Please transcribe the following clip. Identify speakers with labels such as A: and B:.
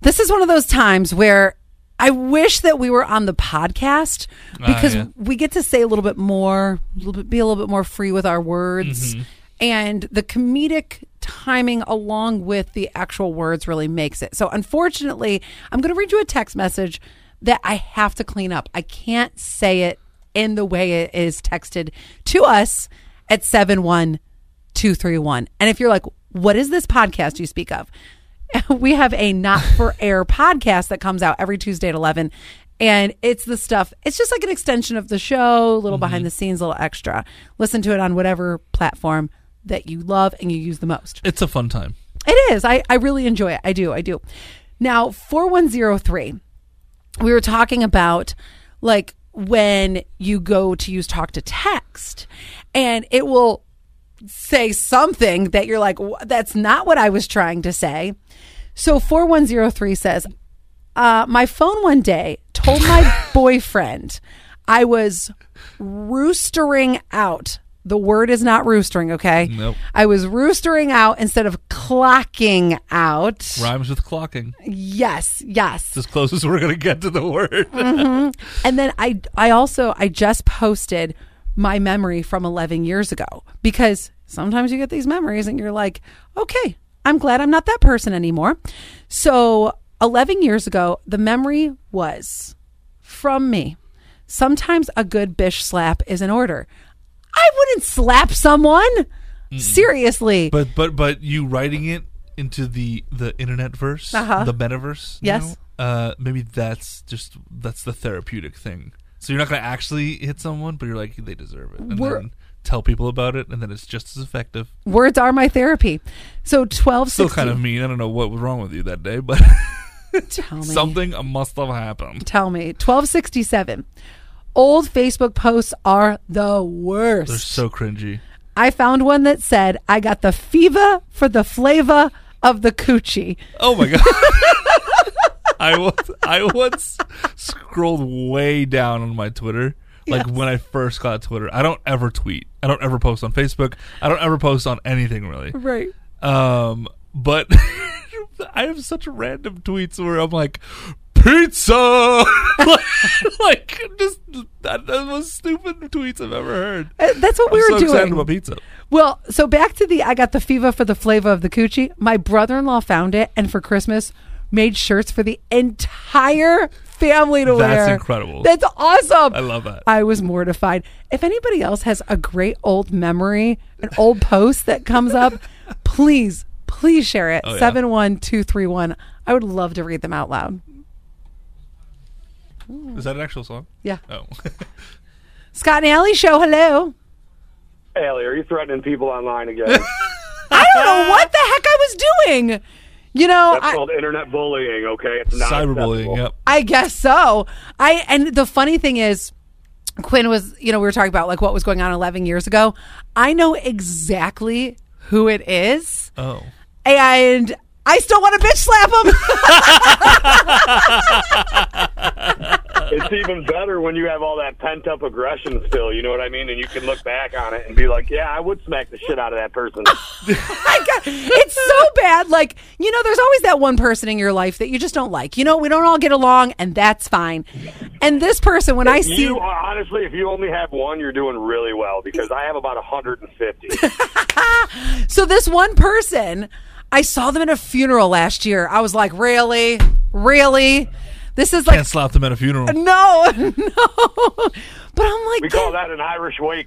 A: This is one of those times where I wish that we were on the podcast
B: Ah,
A: because
B: yeah.
A: we get to say a little bit more, a little bit, be a little bit more free with our words.
B: Mm-hmm.
A: And the comedic timing along with the actual words really makes it. So, unfortunately, I'm going to read you a text message that I have to clean up. I can't say it in the way it is texted to us at 71231. And if you're like, what is this podcast you speak of? we have a not for air podcast that comes out every Tuesday at 11. And it's the stuff, it's just like an extension of the show, a little behind the scenes, a little extra. Listen to it on whatever platform that you love and you use the most.
B: It's a fun time.
A: It is. I, I really enjoy it. I do. I do. Now, 4103, we were talking about like when you go to use talk to text and it will say something that you're like, "Wha- that's not what I was trying to say. So 4103 says, uh, my phone one day told my boyfriend I was roostering out. The word is not roostering, okay?
B: Nope.
A: I was roostering out instead of clocking out.
B: Rhymes with clocking.
A: Yes, yes.
B: It's as close as we're gonna get to the word.
A: And then I I also I just posted my memory from 11 years ago because sometimes you get these memories and you're like, "Okay, I'm glad I'm not that person anymore." So, 11 years ago, the memory was from me. Sometimes a good bish slap is in order. I wouldn't slap someone. Seriously.
B: But but but you writing it into the the internet verse,
A: Uh-huh.
B: the metaverse. you
A: Yes.
B: know, uh, maybe that's just that's the therapeutic thing. So you're not gonna actually hit someone, but you're like they deserve it, and
A: We're-
B: then tell people about it, and then it's just as effective.
A: Words are my therapy. So 12
B: Still kind of mean. I don't know what was wrong with you that day, but
A: tell me.
B: something must have happened.
A: Tell me. 1267. Old Facebook posts are the worst.
B: They're so cringy.
A: I found one that said, I got the fever for the flavor of the coochie.
B: Oh my god. I once I once scrolled way down on my Twitter. Like when I first got Twitter. I don't ever tweet. I don't ever post on Facebook. I don't ever post on anything really.
A: Right.
B: Um but I have such random tweets where I'm like pizza like, like, just that, that was stupid tweets I've ever heard.
A: Uh, That's what we
B: I'm
A: were
B: so
A: doing.
B: excited about pizza.
A: Well, so back to the I got the fever for the flavor of the coochie. My brother in law found it and for Christmas made shirts for the entire family to wear.
B: That's incredible.
A: That's awesome.
B: I love that.
A: I was mortified. If anybody else has a great old memory, an old post that comes up, please, please share it.
B: yeah.
A: 71231. I would love to read them out loud.
B: Is that an actual song?
A: Yeah.
B: Oh.
A: Scott and Allie show, hello.
C: Allie, are you threatening people online again?
A: I don't know what the heck I was doing. You know,
C: That's
A: I,
C: called internet bullying, okay? It's not
B: Cyberbullying,
C: acceptable.
B: yep.
A: I guess so. I and the funny thing is Quinn was, you know, we were talking about like what was going on 11 years ago. I know exactly who it is
B: Oh.
A: and I still want to bitch slap him.
C: It's even better when you have all that pent up aggression still, you know what I mean? And you can look back on it and be like, yeah, I would smack the shit out of that person.
A: I got- it's so bad. Like, you know, there's always that one person in your life that you just don't like. You know, we don't all get along and that's fine. And this person when I see
C: You are, honestly, if you only have one, you're doing really well because I have about 150.
A: So this one person, I saw them at a funeral last year. I was like, "Really? Really? This is like
B: Can't slap them at a funeral.
A: no, no. But I'm like,
C: We call that an Irish wake.